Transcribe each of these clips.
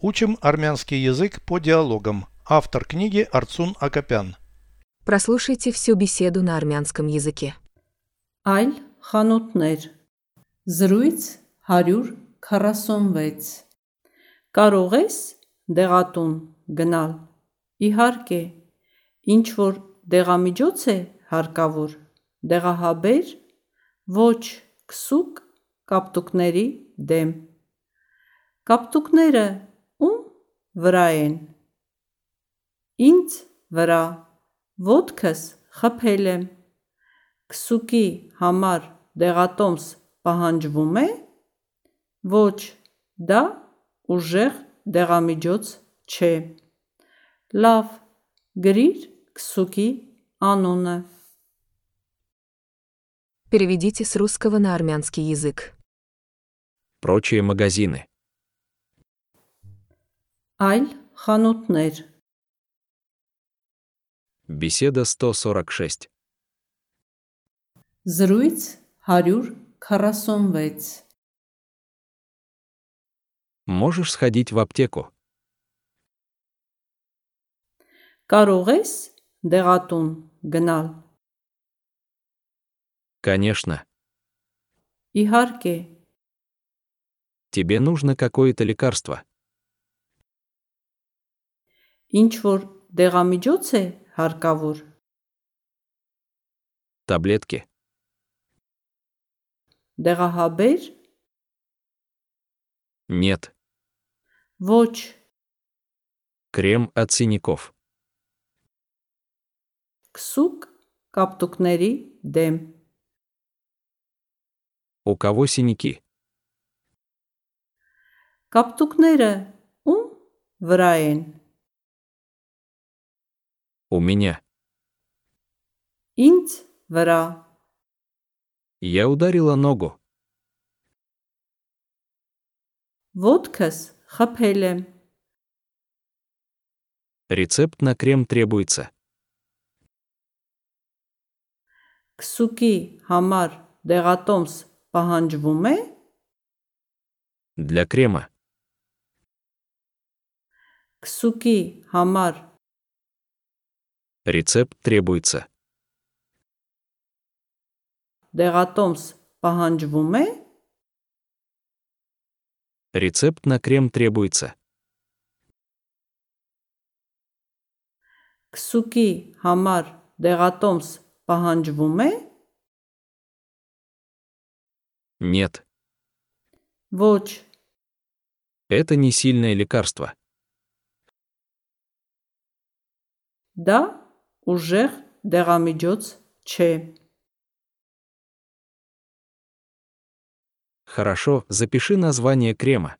Учим армянский язык по диалогам. Автор книги Арцун Акопян. Прослушайте всю беседу на армянском языке. Այլ խանութներ Զրույց 146 Կարող ես դեղատուն գնալ Իհարկե Ինչ որ դեղամիջոց է հարկավոր Դեղահաբեր Ոչ քսուկ կապտուկների դեմ Կապտուկները ում վրա են Ինձ վրա Ոտքս խփել եմ Քսուկի համար դեղատոմս պահանջվում է։ Ոչ, դա ուժեղ դեղամիջոց չէ։ Լավ, գրիր քսուկի անունը։ Переведите с русского на армянский язык. Прочие магазины. Այլ խանութներ Беседа 146. Զրույց 146 Можешь сходить в аптеку? Կարող ես դեղատուն գնալ։ Конечно. Իհարկե, Тебе нужно какое-то лекарство. ինչ որ դեղամիջոց է հարկավոր Таблетки. դեղահաբեր Нет. ոչ Крем от синяков. քսուկ կապտուկների դեմ У кого синяки? Կապտուկները ում վրա են։ У меня. Ինձ վրա։ Я ударила ногу. Ոտքս խփել եմ։ Рецепт на крем требуется. Քսուկի համար դեղատոմս պահանջվում է։ Для крема. Քսուկի համար Рецепт требуется. դեղատոմս պահանջվում է։ Рецепт на крем требуется. Քսուկի համար դեղատոմս պահանջվում է։ Нет. Ոչ, Это не сильное лекарство. դա ուժեղ դեղամիջոց չէ։ Хорошо, запиши название крема.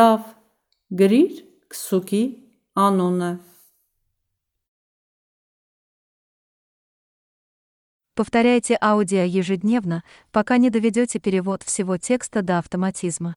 Լավ, գրիր քսուկի անունը։ Повторяйте аудио ежедневно, пока не доведете перевод всего текста до автоматизма.